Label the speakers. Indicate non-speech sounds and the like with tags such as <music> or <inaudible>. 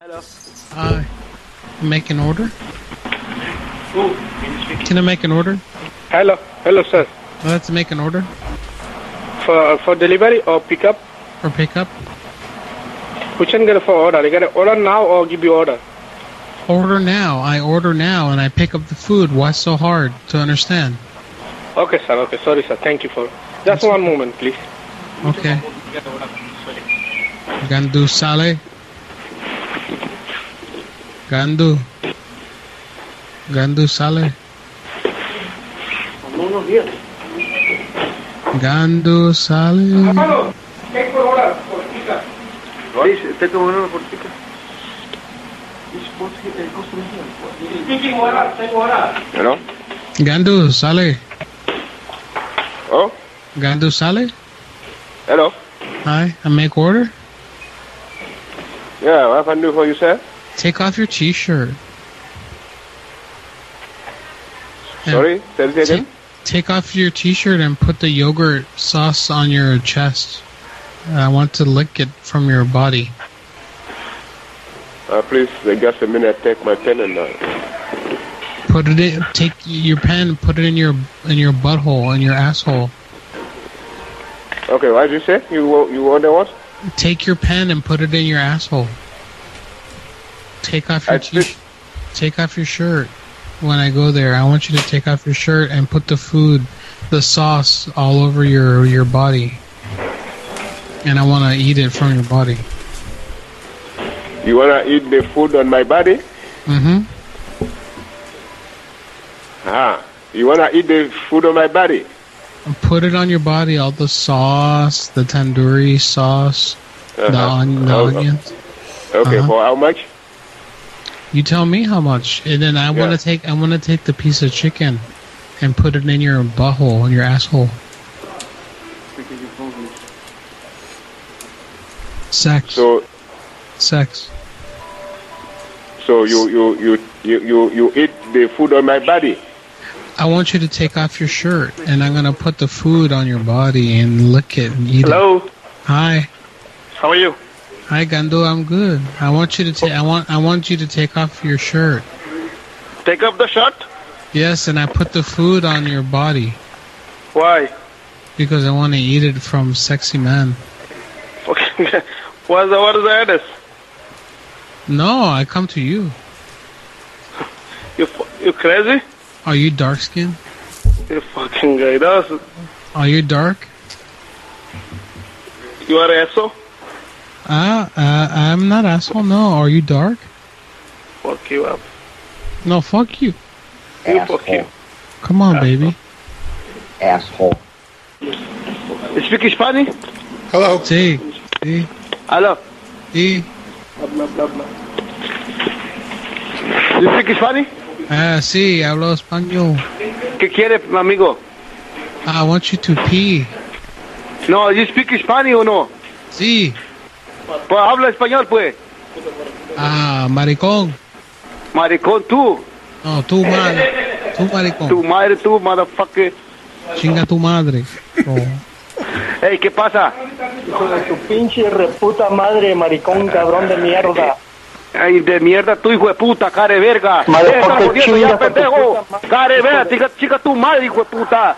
Speaker 1: Hello.
Speaker 2: Uh, make an order?
Speaker 1: Who? Can you speak?
Speaker 2: Can I make an order?
Speaker 1: Hello. Hello, sir.
Speaker 2: Let's make an order
Speaker 1: For for delivery or pickup?
Speaker 2: for pickup.
Speaker 1: Which one get for order? You get order now or give you order?
Speaker 2: Order now. I order now and I pick up the food. Why so hard to understand?
Speaker 1: Okay, sir. Okay, sorry, sir. Thank you for. Just one moment, please.
Speaker 2: Okay. Gandu Saleh. Gandu. Gandu Saleh.
Speaker 1: No, no, here.
Speaker 2: Gandu Saleh.
Speaker 1: Hello. Take for order for pickup.
Speaker 3: What? Please, take one for ticket.
Speaker 1: Speaking order. Take order.
Speaker 3: Hello?
Speaker 2: Gandu Saleh.
Speaker 3: Oh?
Speaker 2: Gandu Saleh.
Speaker 3: Hello?
Speaker 2: Hi. I make order.
Speaker 3: Yeah, what can I do for you, sir?
Speaker 2: Take off your t-shirt. Yeah.
Speaker 3: Sorry, tell me again.
Speaker 2: Ta- take off your t-shirt and put the yogurt sauce on your chest. I want to lick it from your body.
Speaker 3: Uh, please, uh, just a minute, take my pen and... Uh,
Speaker 2: Put it in. Take your pen. Put it in your in your butthole in your asshole.
Speaker 3: okay, what did you say? You wa- you order what?
Speaker 2: Take your pen and put it in your asshole. Take off your
Speaker 3: I
Speaker 2: t-
Speaker 3: did-
Speaker 2: take off your shirt. When I go there, I want you to take off your shirt and put the food, the sauce, all over your your body. And I want to eat it from your body.
Speaker 3: You wanna eat the food on my body?
Speaker 2: Mm-hmm.
Speaker 3: Ah, you wanna eat the food on my body?
Speaker 2: Put it on your body, all the sauce, the tandoori sauce, the,
Speaker 3: Uh-huh.
Speaker 2: on, the
Speaker 3: Oh,
Speaker 2: onions.
Speaker 3: Okay,
Speaker 2: Uh-huh.
Speaker 3: for how much?
Speaker 2: You tell me how much, and then I want
Speaker 3: Yeah.
Speaker 2: to take I want to take the piece of chicken and put it in your butthole, in your asshole. Sex,
Speaker 3: So
Speaker 2: sex.
Speaker 3: so you you you you you, you eat the food on my body?
Speaker 2: I want you to take off your shirt, and I'm gonna put the food on your body and lick it and eat it.
Speaker 3: Hello,
Speaker 2: Hi,
Speaker 3: how are you?
Speaker 2: hi, Gando. I'm good. I want you to take. I want. I want you to take off your shirt.
Speaker 3: Take off the shirt.
Speaker 2: Yes, and I put the food on your body.
Speaker 3: Why?
Speaker 2: Because I want to eat it from sexy men.
Speaker 3: Okay, <laughs> what's the what's the address?
Speaker 2: No, I come to you.
Speaker 3: You you crazy?
Speaker 2: Are you dark skinned?
Speaker 3: You fucking guy. That's,
Speaker 2: Are you dark?
Speaker 3: you are asshole.
Speaker 2: Uh, uh, I'm not asshole. No, are you dark?
Speaker 3: Fuck you up.
Speaker 2: No, fuck you.
Speaker 3: You fuck you.
Speaker 2: Come on, baby.
Speaker 4: Asshole.
Speaker 3: Speak Spanish?
Speaker 5: Hello.
Speaker 2: Sí, sí,
Speaker 3: Hello.
Speaker 2: sí.
Speaker 3: You speak Spanish?
Speaker 2: Ah, sí, hablo español. Ah,
Speaker 3: ¿Qué quiere, amigo?
Speaker 2: I want you to pee.
Speaker 3: No, you speak Spanish o no?
Speaker 2: Sí.
Speaker 3: Pues habla español, pues.
Speaker 2: Ah, maricón.
Speaker 3: Maricón, tú.
Speaker 2: No, tú mal. Tú
Speaker 3: Tu
Speaker 2: maricón.
Speaker 3: madre, tú, motherfucker.
Speaker 2: Chinga tu madre. Oh.
Speaker 3: Ey, ¿qué pasa?
Speaker 6: Hijo de tu pinche reputa madre, maricón, cabrón de mierda.
Speaker 3: Ay, de mierda, tú, hijo de puta, care verga.
Speaker 6: Motherfucker,
Speaker 3: Eh, estás jodiendo
Speaker 6: chinga
Speaker 3: ya,
Speaker 6: con tu
Speaker 3: pendejo.
Speaker 6: puta madre.
Speaker 3: Care verga, chica, chica tu madre, hijo de puta.